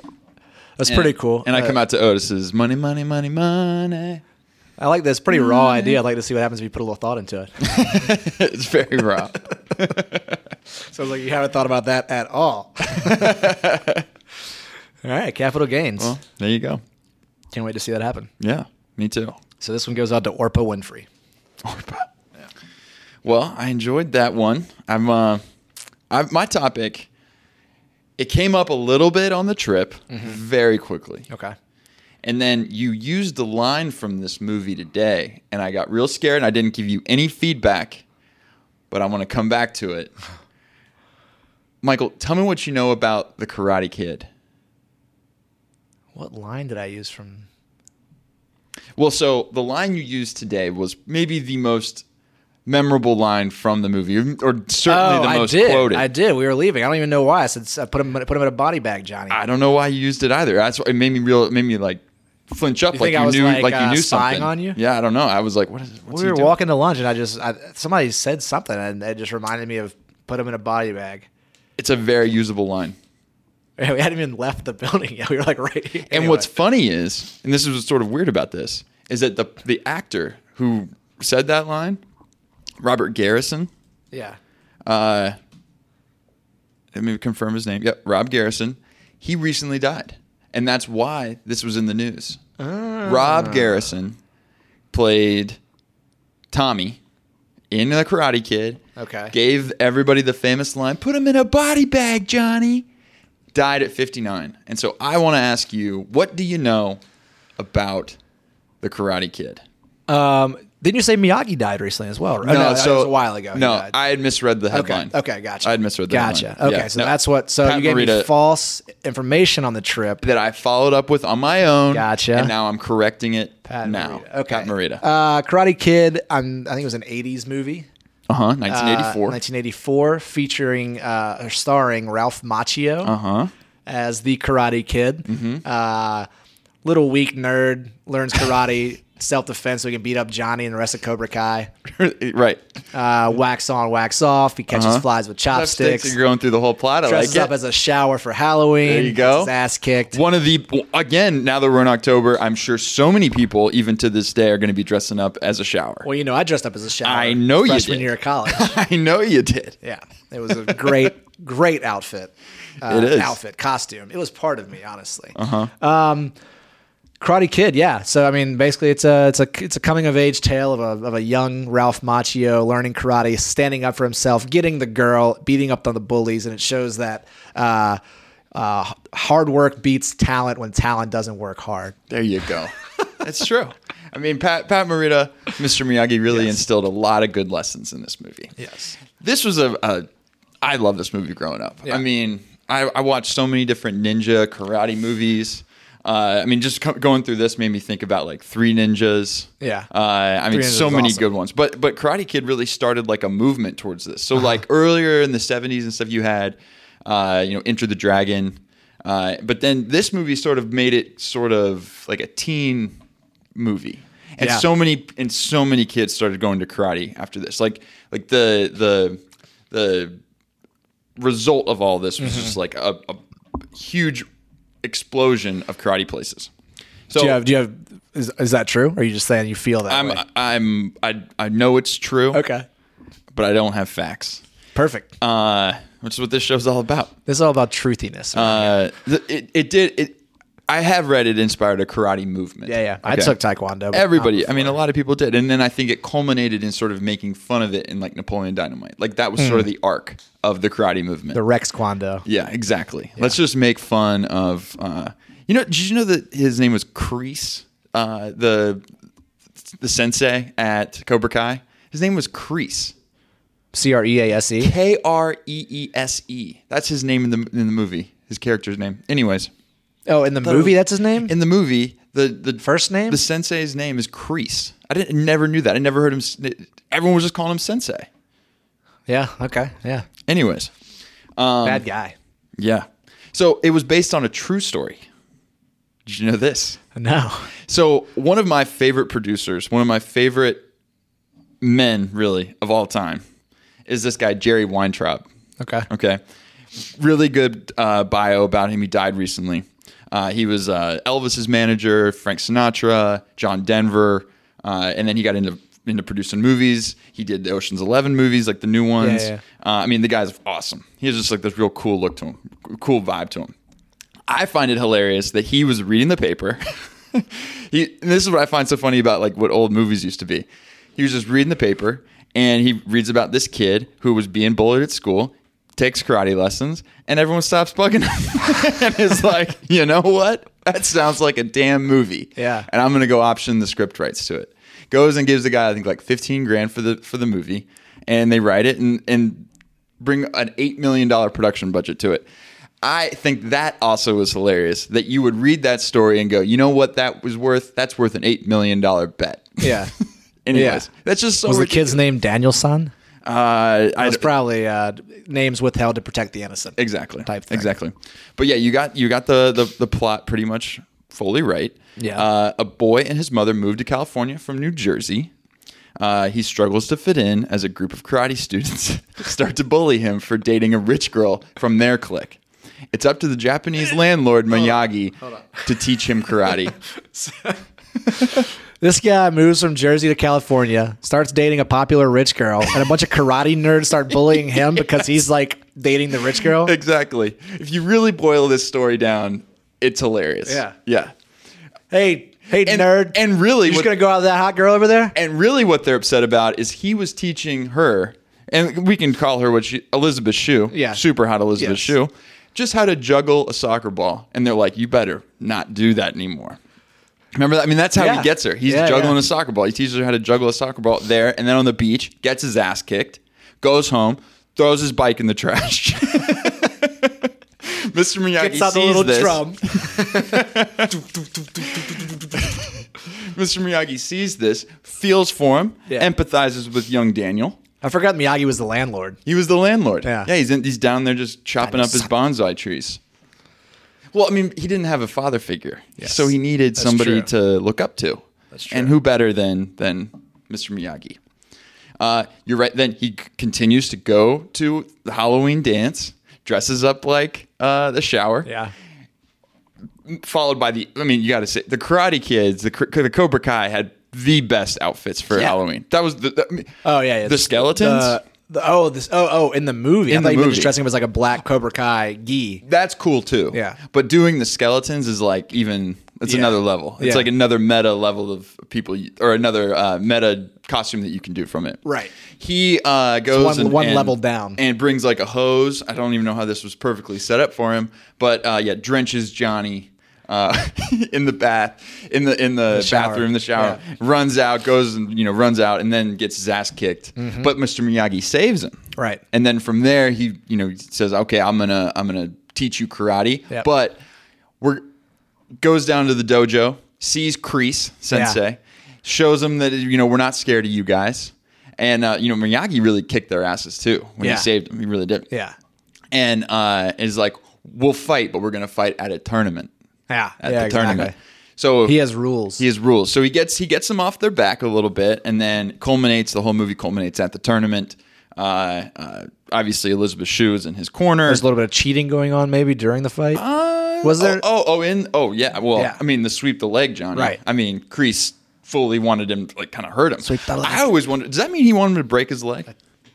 S1: that's
S2: And-
S1: pretty cool.
S2: And I
S1: Uh,
S2: come out to Otis's money, money, money, money.
S1: I like this pretty raw idea. I'd like to see what happens if you put a little thought into it.
S2: it's very raw.
S1: Sounds like you haven't thought about that at all. all right, capital gains.
S2: well, there you go.
S1: Can't wait to see that happen.
S2: Yeah, me too.
S1: So this one goes out to Orpa Winfrey.
S2: Well, I enjoyed that one. I'm uh, I, my topic It came up a little bit on the trip,
S1: Mm-hmm.
S2: very quickly.
S1: Okay.
S2: And then you used the line from this movie today, and I got real scared and I didn't give you any feedback, but I want to come back to it. Michael, tell me what you know about the Karate Kid.
S1: What line did I use from?
S2: Well, so the line you used today was maybe the most memorable line from the movie, or certainly the most
S1: Oh, I did.
S2: quoted.
S1: I
S2: I,
S1: did. We were leaving. I don't even know why. I said I put him put him in a body bag, Johnny.
S2: don't know why you used it either. That's what it made me real. It made me like flinch up,
S1: You
S2: like
S1: think
S2: you
S1: I was,
S2: knew, like,
S1: like,
S2: you
S1: uh,
S2: knew
S1: spying
S2: something
S1: on you?
S2: Yeah, I don't know. I was like, what is? What's
S1: we were
S2: he doing?
S1: walking to lunch, and I just I, somebody said something, and it just reminded me of put him in a body bag.
S2: It's a very usable line.
S1: We hadn't even left the building yet. We were like right. Here.
S2: And what's funny is, and this is what's sort of weird about this, is that the the actor who said that line, Robert Garrison,
S1: yeah,
S2: uh, let me confirm his name. Yep, Rob Garrison. He recently died, and that's why this was in the news. Uh, Rob Garrison played Tommy in The Karate Kid.
S1: Okay.
S2: Gave everybody the famous line, "Put him in a body bag, Johnny." Died at 59, and so I want to ask you, what do you know about The Karate Kid?
S1: Um, didn't you say Miyagi died recently as well? Right? Oh, that was a while ago. he
S2: No,
S1: died.
S2: I had misread the
S1: okay,
S2: headline.
S1: okay, gotcha.
S2: I had misread the
S1: gotcha.
S2: headline.
S1: Okay,
S2: Yeah,
S1: so
S2: no.
S1: that's what. So
S2: Pat
S1: you gave me
S2: Morita-
S1: false information on the trip.
S2: that I followed up with on my own.
S1: Gotcha.
S2: And now I'm correcting it
S1: Pat
S2: now.
S1: Morita. Okay,
S2: Pat Morita.
S1: Uh, Karate Kid. I'm, I think it was an '80s movie.
S2: Uh huh.
S1: Uh,
S2: 1984.
S1: 1984, featuring uh, or starring Ralph Macchio
S2: Uh huh.
S1: as the Karate Kid.
S2: Mm-hmm.
S1: Uh, little weak nerd learns karate, self defense, so he can beat up Johnny and the rest of Cobra Kai.
S2: Eh, right.
S1: Uh, wax on, wax off. He
S2: Uh-huh.
S1: catches flies with chopsticks.
S2: You're going through the whole plot. I
S1: dresses
S2: like it.
S1: up as a shower for Halloween.
S2: There you
S1: gets
S2: go.
S1: His ass kicked.
S2: one of the again. Now that we're in October, I'm sure so many people, even to this day, are going to be dressing up as a shower.
S1: Well, you know, I dressed up as a shower.
S2: I know you
S1: freshman
S2: did.
S1: year of college.
S2: I know you did.
S1: yeah, it was a great, great outfit. Uh,
S2: It is. Uh-huh.
S1: outfit costume. It was part of me, honestly. Uh huh. Um, Karate Kid, yeah. So I mean, basically, it's a it's a it's a coming of age tale of a of a young Ralph Macchio learning karate, standing up for himself, getting the girl, beating up on the bullies, and it shows that. Uh, uh, hard work beats talent when talent doesn't work hard.
S2: There you go. That's true. I mean, Pat Pat Morita, Mr. Miyagi really instilled a lot of good lessons in this movie.
S1: Yes.
S2: this was a, a I love this movie growing up. I mean, I, I watched so many different ninja karate movies. Uh, I mean, just co- going through this made me think about like Three Ninjas.
S1: Yeah.
S2: Uh, I mean,
S1: Three Ninjas
S2: so
S1: is
S2: many
S1: awesome.
S2: good ones. But but Karate Kid really started like a movement towards this.
S1: Uh-huh.
S2: So like earlier in the '70s and stuff, you had uh, you know Enter the Dragon. Uh, but then this movie sort of made it sort of like a teen movie. And
S1: Yeah.
S2: so so many and so many kids started going to karate after this. Like like the the the result of all this was
S1: Mm-hmm.
S2: just like a, a huge explosion of karate places. So
S1: Do you have? Do you have? Is, is that true? Or are you just saying you feel that
S2: Oh. I'm
S1: way?
S2: I'm I I know it's true,
S1: Okay,
S2: but I don't have facts.
S1: perfect.
S2: Uh, which is what this show's all about.
S1: this is all about truthiness.
S2: Uh, th- it it did it. I have read it inspired a karate movement.
S1: yeah, yeah. I
S2: Okay.
S1: took taekwondo. but
S2: Everybody, I mean, a lot of people did, and then I think it culminated in sort of making fun of it in like Napoleon Dynamite. Like that was sort of the arc of the karate movement.
S1: Hmm. the Rex Kwando.
S2: yeah, exactly. Let's just make fun of. Uh, you know, did you know that his name was Crease, uh, the the sensei at Cobra Kai? His name was Crease.
S1: C R E A S E.
S2: K R E E S E. That's his name in the in the movie. His character's name. Anyways,
S1: Oh, in the movie, that's his name.
S2: in the movie, the the
S1: First name?
S2: the sensei's name is Crease. I didn't never knew that. I never heard him. s- Everyone was just calling him sensei.
S1: yeah. Okay. Yeah.
S2: Anyways, Um,
S1: Bad guy.
S2: yeah. So it was based on a true story. Did you know this?
S1: No.
S2: So one of my favorite producers, one of my favorite men, really of all time, is this guy Jerry Weintraub.
S1: Okay.
S2: Okay. Really good uh, bio about him. He died recently. Uh, he was uh, Elvis's manager, Frank Sinatra, John Denver, uh, and then he got into into producing movies. He did the Ocean's Eleven movies, like the new ones.
S1: Yeah, yeah,
S2: Uh, I mean, the guy's awesome. He has just like this real cool look to him, cool vibe to him. I find it hilarious that he was reading the paper. he, and this is what I find so funny about like what old movies used to be. He was just reading the paper and he reads about this kid who was being bullied at school, takes karate lessons, and everyone stops bugging him and is like, you know what? That sounds like a damn movie.
S1: Yeah.
S2: And I'm gonna go option the script rights to it. Goes and gives the guy I think like 15 grand for the for the movie, and they write it and and bring an eight million dollar production budget to it. I think that also was hilarious that you would read that story and go, you know what that was worth? That's worth an eight million dollar bet.
S1: Yeah.
S2: Anyways, that's just so
S1: Was the
S2: ridiculous.
S1: kid's name Danielson?
S2: Uh, I,
S1: It's probably uh, names withheld to protect the innocent.
S2: exactly
S1: type thing.
S2: exactly but yeah you got you got the the, the plot pretty much fully right
S1: Yeah.
S2: uh, a boy and his mother moved to california from new jersey uh, he struggles to fit in as a group of karate students start to bully him for dating a rich girl from their clique it's up to the japanese landlord miyagi to teach him karate
S1: This guy moves from Jersey to California, starts dating a popular rich girl, and a bunch of karate nerds start bullying him because he's like dating the rich girl.
S2: exactly if you really boil this story down it's hilarious
S1: Yeah.
S2: yeah
S1: Hey, hey,
S2: and,
S1: nerd.
S2: and really
S1: you just
S2: what-
S1: going to go out with that hot girl over there?
S2: And really, what they're upset about is he was teaching her, and we can call her what she Elizabeth Shue,
S1: Yeah.
S2: super hot Elizabeth
S1: Yes.
S2: Shue, just how to juggle a soccer ball. And they're like, "You better not do that anymore." Remember that? I mean, that's how
S1: Yeah.
S2: he gets her. He's
S1: Yeah,
S2: juggling
S1: yeah.
S2: a soccer ball. He teaches her how to juggle a soccer ball there, and then on the beach, gets his ass kicked, goes home, throws his bike in the trash. Mr. Miyagi
S1: Gets out the
S2: sees
S1: little
S2: this.
S1: drum.
S2: Mr. Miyagi sees this, feels for him,
S1: Yeah.
S2: empathizes with young Daniel.
S1: I forgot Miyagi was the landlord.
S2: He was the landlord.
S1: Yeah.
S2: he's in, he's down there just chopping up his bonsai trees. Well, I mean, he didn't have a father figure,
S1: Yes.
S2: so he needed
S1: That's
S2: somebody
S1: true.
S2: to look up to. That's
S1: true.
S2: And who better than than Mr. Miyagi? Uh, you're right. Then he c- continues to go to the Halloween dance, dresses up like uh, the shower,
S1: Yeah.
S2: followed by the. I mean, you got to say the Karate Kids, the Cr- the Cobra Kai had the best outfits for
S1: Yeah.
S2: Halloween. That was the. the I mean,
S1: Oh, yeah. yeah.
S2: The skeletons?
S1: The, the- oh, this, oh, oh, in the movie. I
S2: In
S1: thought
S2: the
S1: you were
S2: movie.
S1: just dressing him as like a black Cobra Kai gi.
S2: that's cool too.
S1: Yeah.
S2: But doing the skeletons is like even it's
S1: Yeah.
S2: another level. It's
S1: Yeah.
S2: like another meta level of people you- or another uh, meta costume that you can do from it.
S1: Right.
S2: He uh, goes
S1: one-
S2: and-
S1: one
S2: and-
S1: level down.
S2: and brings like a hose. I don't even know how this was perfectly set up for him, but uh, yeah, drenches Johnny. Uh, in the bath, in the in the,
S1: shower.
S2: bathroom, the shower,
S1: Yeah.
S2: runs out, goes and you know runs out, and then gets his ass kicked.
S1: Mm-hmm.
S2: But Mr. Miyagi saves him,
S1: Right.
S2: and then from there, he you know says, "Okay, I'm gonna I'm gonna teach you karate."
S1: Yep.
S2: But we're goes down to the dojo, sees Crease Sensei, shows him that you know we're not scared of you guys, and uh, you know Miyagi really kicked their asses too when
S1: Yeah.
S2: he saved them. He really did.
S1: Yeah.
S2: and uh, is like, "We'll fight, but we're gonna fight at a tournament
S1: Yeah.
S2: at
S1: yeah,
S2: the
S1: exactly.
S2: tournament." So
S1: He has rules.
S2: he has rules. So he gets he gets them off their back a little bit, and then culminates the whole movie culminates at the tournament. Uh, uh, obviously, Elizabeth Shue is in his corner.
S1: There's a little bit of cheating going on maybe during the fight.
S2: Uh,
S1: Was there-
S2: Oh, oh, oh, in. Oh, yeah. Well,
S1: Yeah.
S2: I mean, the sweep the leg, Johnny.
S1: Right.
S2: I mean, Crease fully wanted him, to, like, kind of hurt him.
S1: Sweep the leg.
S2: I always wondered. Does that mean he wanted him to break his leg?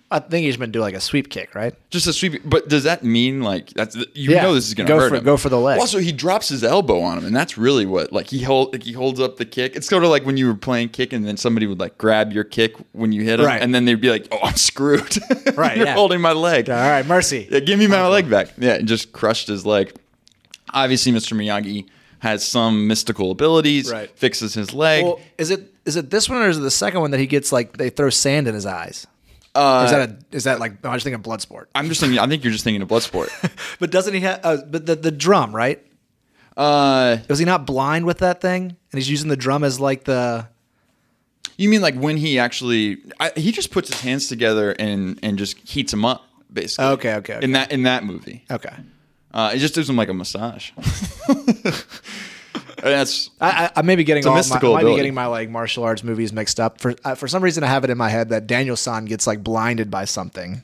S1: I think he's been doing like a sweep kick, right?
S2: Just a sweep. But does that mean like that's you
S1: Yeah.
S2: know this is gonna
S1: Go
S2: hurt
S1: for-
S2: him?
S1: go for the leg.
S2: Also, he drops his elbow on him, and that's really what like he hold like, he holds up the kick. It's sort of like when you were playing kick, and then somebody would like grab your kick when you hit him,
S1: Right.
S2: and then they'd be like, "Oh, I'm screwed.
S1: Right,
S2: You're
S1: yeah.
S2: holding my leg.
S1: All right, mercy.
S2: Yeah, give me my leg back. Yeah, and just crushed his leg. Obviously, Mr. Miyagi has some mystical abilities.
S1: Right.
S2: Fixes his leg.
S1: Well, is it is it this one or is it the second one that he gets like they throw sand in his eyes? Or is that a, is that like oh, I just think of Bloodsport?
S2: I'm just thinking. Uh, I think you're just thinking of Bloodsport.
S1: But doesn't he have? Uh, but the the drum, right?
S2: uh,
S1: Was he not blind with that thing? And he's using the drum as like the
S2: you mean like when he actually? I, he just puts his hands together and and just heats him up, basically.
S1: Oh, Okay, okay, okay.
S2: In that in that movie,
S1: okay.
S2: uh, it just gives him like a massage. That's
S1: I, I, I may be getting all my,
S2: mystical
S1: I might be
S2: ability.
S1: getting my like martial arts movies mixed up. For uh, for some reason, I have it in my head that Daniel San gets like blinded by something,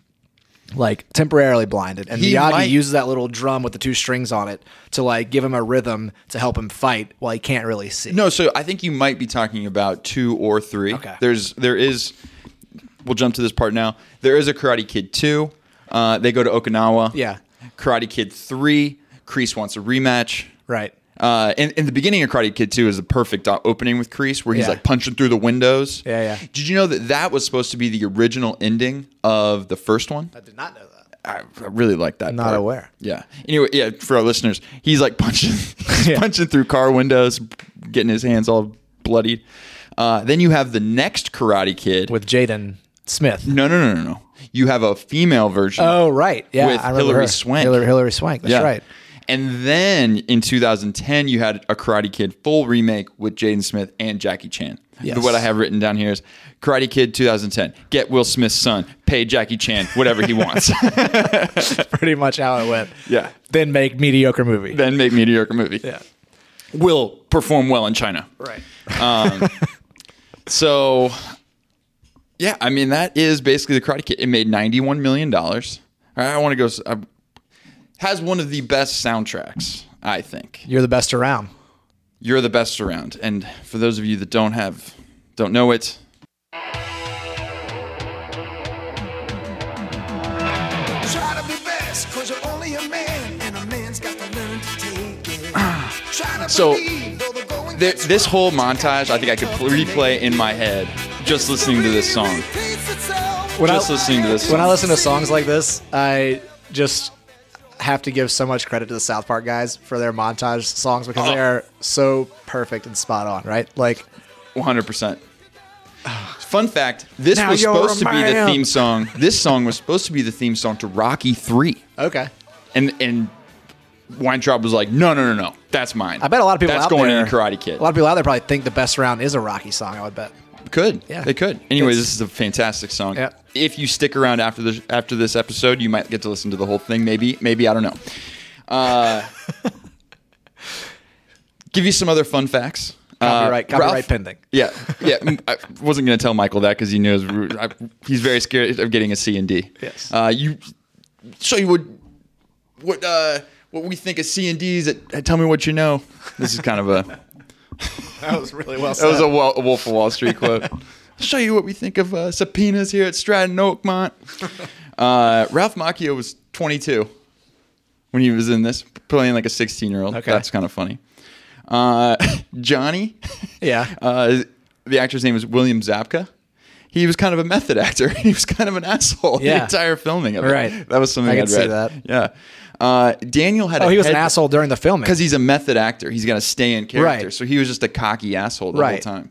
S1: like temporarily blinded, and
S2: He
S1: Miyagi
S2: might-
S1: uses that little drum with the two strings on it to like give him a rhythm to help him fight while he can't really see.
S2: No, so I think you might be talking about two or three.
S1: Okay.
S2: There's there is. We'll jump to this part now. There is a Karate Kid two. Uh, they go to Okinawa.
S1: Yeah.
S2: Karate Kid three. Kreese wants a rematch.
S1: Right.
S2: Uh, and, and the beginning of Karate Kid 2 is a perfect o- opening with Kreese, where he's
S1: Yeah.
S2: like punching through the windows.
S1: Yeah, yeah.
S2: Did you know that that was supposed to be the original ending of the first one?
S1: I did not know that.
S2: I I really like that.
S1: Not
S2: part.
S1: aware.
S2: Yeah. Anyway, yeah. For our listeners, he's like punching, he's
S1: Yeah.
S2: punching through car windows, getting his hands all bloodied. Uh, then you have the next Karate Kid.
S1: with Jaden Smith.
S2: no, no, no, no, no. You have a female version.
S1: Oh, right. Yeah.
S2: With
S1: I remember
S2: Hilary
S1: her.
S2: Swank.
S1: Hillary, Hillary Swank. That's right.
S2: And then in 2010, you had a Karate Kid full remake with Jaden Smith and Jackie Chan.
S1: Yes.
S2: But What I have written down here is Karate Kid 2010. Get Will Smith's son. Pay Jackie Chan whatever he wants.
S1: Pretty much how it went.
S2: yeah.
S1: Then make mediocre movie.
S2: Then make mediocre movie.
S1: yeah.
S2: Will perform well in China.
S1: Right.
S2: So, yeah, I mean that is basically the Karate Kid. It made 91 million dollars. I want to go. s- I, has one of the best soundtracks. I think.
S1: You're the best around.
S2: You're the best around. And for those of you that don't have, don't know it,
S3: Try to be best, cause you're only a man, and a man's got to learn to take it. Try to
S2: Ah. So,
S3: believe, though the going
S2: th-
S3: gets
S2: this
S3: rough,
S2: whole
S3: it's gotta
S2: montage, I
S3: be
S2: think I could
S3: tough
S2: pl-
S3: to
S2: replay
S3: make
S2: in my head just listening to this song.
S3: it. Repeats itself.
S1: When
S2: Just
S1: I,
S2: listening to this
S1: When I
S2: song.
S1: listen to songs like this, I just have to give so much credit to the South Park guys for their montage songs because they
S2: Oh.
S1: are so perfect and spot on, right? Like
S2: 100%. Fun fact this
S1: Now
S2: was
S1: you're
S2: supposed
S1: a
S2: to be the
S1: man.
S2: theme song. This song was supposed to be the theme song to Rocky 3.
S1: okay.
S2: And, and Weintraub was like, no, no, no, no. That's mine.
S1: I bet a lot of people
S2: That's
S1: out
S2: going
S1: there,
S2: in Karate Kid.
S1: A lot of people out there probably think the best round is a Rocky song. I would bet.
S2: Could.
S1: Yeah.
S2: They could. Anyway,
S1: It's-
S2: this is a fantastic song.
S1: Yeah.
S2: If you stick around after this after this episode, you might get to listen to the whole thing. Maybe, maybe I don't know. Uh, give you some other fun facts. Uh,
S1: Copyright-
S2: Ralph-
S1: copyright pending.
S2: Yeah, yeah. m- I wasn't going to tell Michael that because he knows I, he's very scared of getting a C and D.
S1: Yes.
S2: Uh, you show you what what uh, what we think of C and D's. At, tell me what you know. This is kind of a
S1: That was really well
S2: that was a Wa- a Wolf of Wall Street quote. I'll show you what we think of uh, subpoenas here at Stratton Oakmont. Uh, Ralph Macchio was 22 when he was in this, playing like a 16 year old.
S1: Okay.
S2: That's kind of funny. Uh, Johnny,
S1: yeah.
S2: uh, the actor's name is William Zabka. He was kind of a method actor. He was kind of an asshole the
S1: Yeah.
S2: entire filming of it.
S1: Right.
S2: That was something
S1: I
S2: I
S1: could
S2: would
S1: see
S2: read.
S1: that.
S2: Yeah. Uh, Daniel had.
S1: oh,
S2: a
S1: he was an
S2: head-
S1: asshole during the filming.
S2: because he's a method actor. He's got to stay in character.
S1: Right.
S2: So he was just a cocky asshole the whole
S1: Right.
S2: time.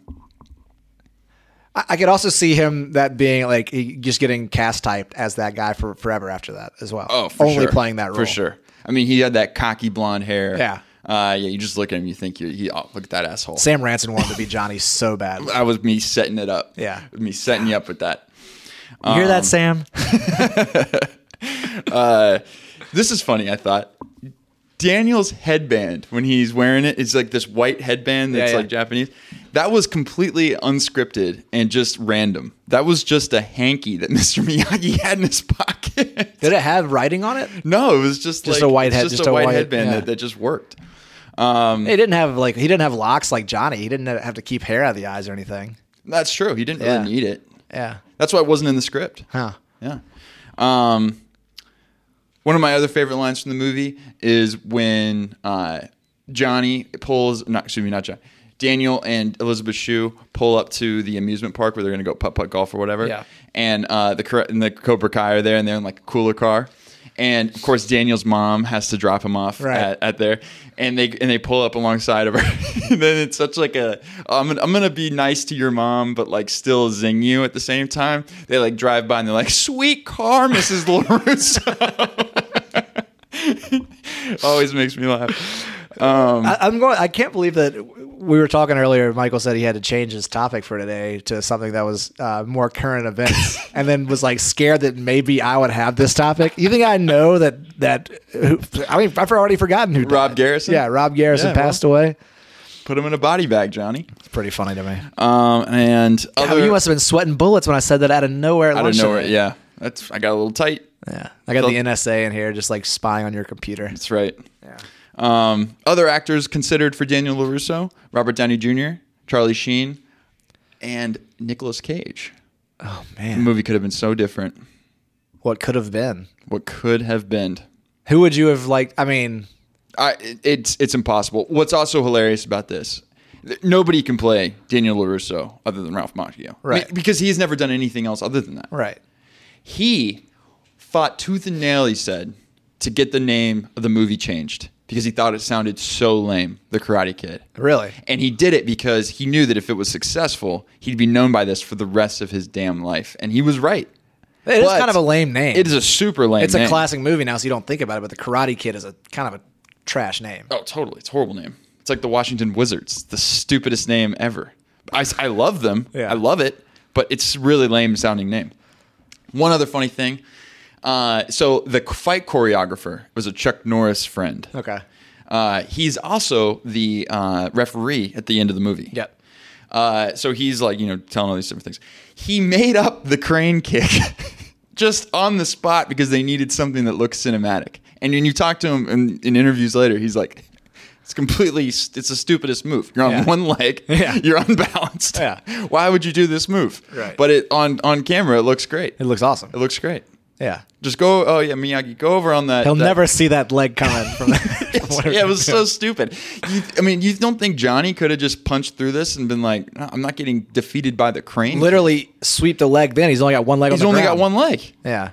S1: I, I could also see him that being like he, just getting cast typed as that guy for forever after that as well.
S2: Oh, for
S1: only
S2: sure.
S1: playing that role
S2: for sure. I mean, he had that cocky blonde hair.
S1: Yeah.
S2: uh, yeah. You just look at him, you think you he, oh, look at that asshole.
S1: Sam Ranson wanted to be Johnny so bad.
S2: I was me setting it up.
S1: Yeah.
S2: me setting you up with that. Um,
S1: You hear that, Sam?
S2: This is funny. I thought Daniel's headband when he's wearing it, it's like this white headband that's
S1: Yeah, yeah.
S2: like Japanese. That was completely unscripted and just random. That was just a hanky that Mr. Miyagi had in his pocket.
S1: Did it have writing on it?
S2: no, it was just,
S1: Just
S2: like,
S1: a white
S2: it's
S1: head-
S2: just,
S1: just
S2: a,
S1: a
S2: white,
S1: white-
S2: headband
S1: yeah.
S2: that, that just worked.
S1: He didn't have like he didn't have locks like Johnny. He didn't have to keep hair out of the eyes or anything.
S2: That's true. He didn't
S1: Yeah.
S2: really need it.
S1: Yeah.
S2: That's why it wasn't in the script.
S1: Huh.
S2: Yeah. Um, one of my other favorite lines from the movie is when uh, Johnny pulls, not, excuse me, not Johnny, Daniel and Elizabeth Shue pull up to the amusement park where they're going to go putt putt golf or whatever.
S1: Yeah.
S2: And uh, the cor- and the Cobra Kai are there and they're in like a cooler car. And of course, Daniel's mom has to drop him off
S1: Right.
S2: at, at there, and they and they pull up alongside of her. and then it's such like a oh, I'm gonna, I'm gonna be nice to your mom, but like still zing you at the same time. They like drive by and they're like, "Sweet car, Mrs. Larusso." Always makes me laugh. Um,
S1: I, I'm going. I can't believe that we were talking earlier. Michael said he had to change his topic for today to something that was uh, more current events, and then was like scared that maybe I would have this topic. You think I know that that? Who, I mean, I've already forgotten who.
S2: Rob
S1: died.
S2: Garrison?
S1: Yeah, Rob Garrison
S2: Yeah, well.
S1: passed away.
S2: Put him in a body bag, Johnny.
S1: It's pretty funny to me.
S2: Um, and
S1: I
S2: other
S1: mean, you must have been sweating bullets when I said that out of nowhere. At
S2: out of
S1: lunch
S2: nowhere,
S1: today.
S2: yeah. That's I got a little tight.
S1: yeah. I got
S2: So-
S1: the NSA in here, just like spying on your computer.
S2: That's right. Um, other actors considered for Daniel LaRusso, Robert Downey Jr., Charlie Sheen, and Nicolas Cage.
S1: Oh
S2: The
S1: man,
S2: movie could have been so different.
S1: what could have been?
S2: What could have been?
S1: Who would you have liked? I mean,
S2: I, it- it's it's impossible. What's also hilarious about this? th- Nobody can play Daniel LaRusso other than Ralph Macchio,
S1: Right.
S2: Be- Because he's never done anything else other than that.
S1: right.
S2: He fought tooth and nail, he said, to get the name of the movie changed because he thought it sounded so lame, The Karate Kid.
S1: Really?
S2: And he did it because he knew that if it was successful, he'd be known by this for the rest of his damn life. And he was right.
S1: It is
S2: But
S1: kind of a lame name.
S2: It is a super lame
S1: It's a
S2: name.
S1: classic movie now, so you don't think about it. But the Karate Kid is a kind of a trash name.
S2: Oh, totally. It's a horrible name. It's like the Washington Wizards, the stupidest name ever. I, I love them.
S1: Yeah.
S2: I love it, but it's really lame sounding name. One other funny thing. Uh, so the fight choreographer was a Chuck Norris friend.
S1: Okay.
S2: Uh, he's also the uh, referee at the end of the movie.
S1: Yep.
S2: Uh, so he's like, you know, telling all these different things. He made up the crane kick just on the spot because they needed something that looked cinematic. And when you talk to him in, in interviews later, he's like, it's completely, it's the stupidest move. You're on
S1: Yeah.
S2: one leg,
S1: Yeah.
S2: you're unbalanced.
S1: Yeah.
S2: Why would you do this move?
S1: Right.
S2: But it on on camera, it looks great.
S1: It looks awesome.
S2: It looks great.
S1: Yeah.
S2: Just go. Oh yeah, Miyagi, go over on that.
S1: He'll
S2: that-
S1: never see that leg coming from that.
S2: yeah, it was so stupid. You, I mean, you don't think Johnny could have just punched through this and been like, "No, "I'm not getting defeated by the crane."
S1: Literally sweep the leg. Then he's only got one leg.
S2: he's
S1: on the
S2: only
S1: ground.
S2: got one leg.
S1: Yeah.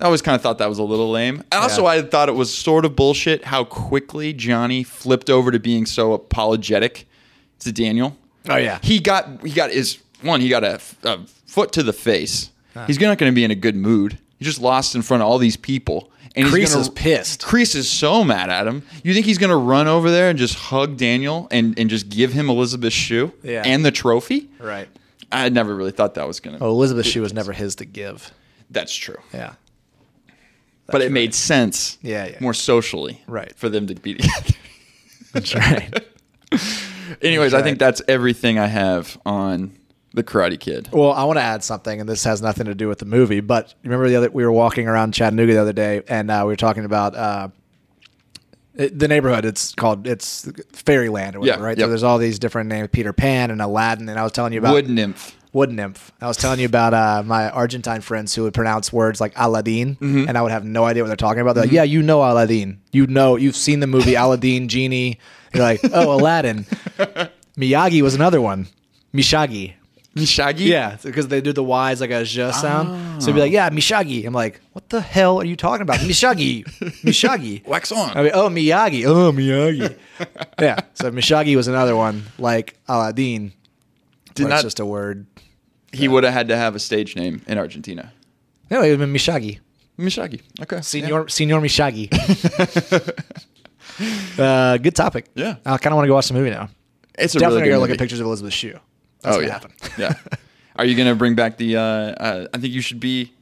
S2: I always kind of thought that was a little lame. And also,
S1: Yeah.
S2: I thought it was sort of bullshit how quickly Johnny flipped over to being so apologetic to Daniel.
S1: Oh, yeah.
S2: he got he got his one. He got a, a foot to the face. He's not going to be in a good mood. He just lost in front of all these people. And
S1: Kreese
S2: he's gonna,
S1: is pissed.
S2: Crease is so mad at him. You think he's going to run over there and just hug Daniel and, and just give him Elizabeth's shoe
S1: Yeah.
S2: and the trophy?
S1: Right.
S2: I had never really thought that was going to.
S1: Oh, Elizabeth shoe was never his to give.
S2: That's true.
S1: Yeah.
S2: but it made sense
S1: Yeah, yeah.
S2: more socially
S1: Right.
S2: for them to be together.
S1: That's right.
S2: Anyways, I
S1: That's
S2: think
S1: right.
S2: that's everything I have on the Karate Kid.
S1: Well, I want to add something, and this has nothing to do with the movie. But remember the other we were walking around Chattanooga the other day, and uh, we were talking about uh, it, the neighborhood. It's called it's Fairyland or whatever,
S2: Yeah,
S1: right?
S2: yep.
S1: So there's all these different names: Peter Pan and Aladdin. And I was telling you about
S2: Wood nymph.
S1: Wood nymph. I was telling you about uh, my Argentine friends who would pronounce words like Aladdin,
S2: Mm-hmm.
S1: and I would have no idea what they're talking about. They're like, "Yeah, you know Aladdin. You know, you've seen the movie Aladdin, genie." You're like, "Oh, Aladdin." Miyagi was another one. Mishagi.
S2: Mishagi?
S1: Yeah, because they do the Y's like a J sound. So it'd
S2: Oh.
S1: be like, "Yeah, Mishagi." I'm like, "What the hell are you talking about, Mishagi? Mishagi."
S2: Wax on.
S1: I mean, oh Miyagi, oh Miyagi. yeah. So Mishagi was another one like Aladdin.
S2: Did
S1: where it's
S2: not,
S1: just a word.
S2: he would have had to have a stage name in Argentina.
S1: No, it would have been Mishagi.
S2: Mishagi. Okay.
S1: Senor Senor Mishagi. uh, good topic.
S2: Yeah.
S1: I kind of want to go watch the movie now.
S2: Yeah. It's a
S1: Definitely
S2: really good
S1: gonna look
S2: movie.
S1: at pictures of Elizabeth's shoe. That's
S2: Oh,
S1: gonna
S2: yeah.
S1: happen.
S2: yeah. Are you going to bring back the, uh, uh, I think you should be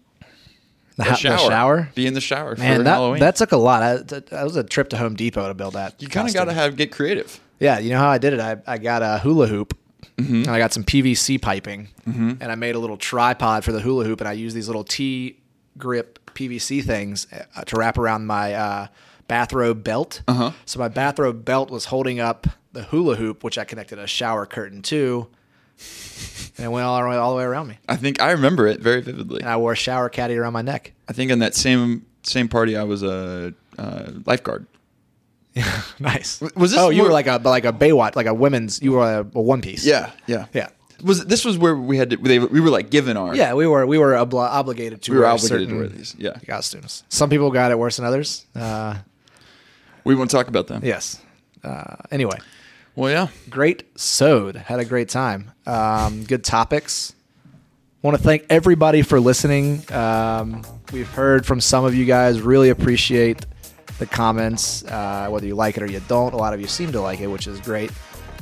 S1: The,
S2: a
S1: ho- the
S2: shower.
S1: shower.
S2: Be in the shower for
S1: Man, that,
S2: Halloween.
S1: that took a lot. I, that, that was a trip to Home Depot to build that.
S2: you kind of got
S1: costume.
S2: to have get creative.
S1: Yeah, you know how I did it? I, I got a hula hoop
S2: Mm-hmm.
S1: and I got some PVC piping and I made a little tripod for the hula hoop and I used these little T grip PVC things uh, to wrap around my uh, bathrobe belt. Uh-huh. So my bathrobe belt was holding up the hula hoop, which I connected a shower curtain to. And it went all, all the way around me.
S2: I think I remember it very vividly.
S1: And I wore a shower caddy around my neck.
S2: I think on that same same party, I was a uh, lifeguard.
S1: Nice.
S2: was this
S1: oh, you
S2: where-
S1: were like a like a Baywatch, like a women's. You were a, a one piece.
S2: Yeah, yeah,
S1: Yeah.
S2: Was this was where we had to, they, we were like given our
S1: Yeah, we were we were obli- obligated to
S2: we were
S1: wear
S2: obligated to
S1: certain
S2: wear these. Yeah,
S1: costumes. Some people got it worse than others. Uh,
S2: we won't talk about them.
S1: yes. Uh, anyway,
S2: Well, yeah,
S1: great sewed. Had a great time. Um, good topics. Want to thank everybody for listening. Um, we've heard from some of you guys. Really appreciate the comments, uh, whether you like it or you don't. A lot of you seem to like it, which is great.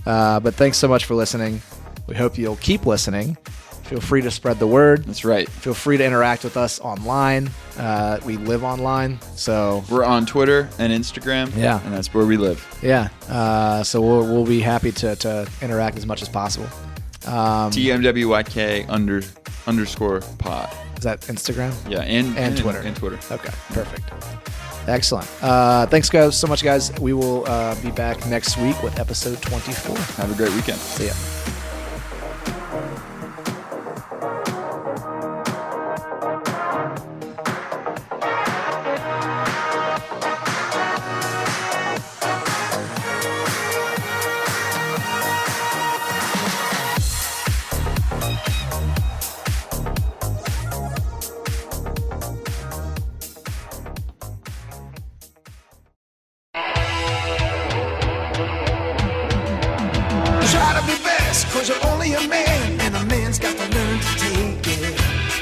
S1: Uh, but thanks so much for listening. We hope you'll keep listening. Feel free to spread the word.
S2: that's right.
S1: Feel free to interact with us online. Uh, we live online, so
S2: We're on Twitter and Instagram.
S1: Yeah.
S2: and that's where we live.
S1: yeah. Uh, so we'll, we'll be happy to, to interact as much as possible. Um,
S2: TMWYK under underscore pod.
S1: Is that Instagram
S2: Yeah, and
S1: and, Twitter?
S2: and Twitter.
S1: Okay, perfect. Excellent. Uh, thanks, guys, so much, guys. We will uh, be back next week with episode 24.
S2: Have a great weekend.
S1: See ya.
S3: Try to be best, cause you're only a man, and a man's got to learn to take it.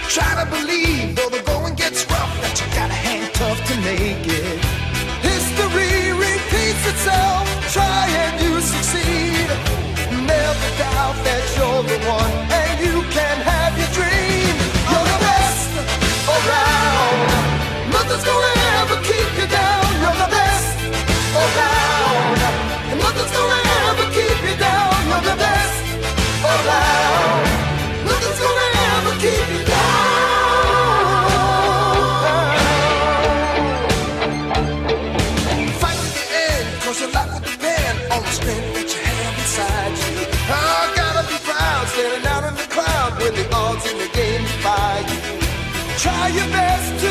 S3: Try to believe, though the going gets rough, that you gotta hang tough to make it. History repeats itself, try and you succeed. Never doubt that you're the one, and you can have your dream. You're the best around. Nothing's gonna ever keep you down. You're the best around. And nothing's gonna ever keep you down. You're the best around. Nothing's gonna ever keep you down. Fight to the end, cause your life will depend on the strength that you have inside you. I gotta be proud, standing out in the crowd with the odds in the game defy you. Try your best to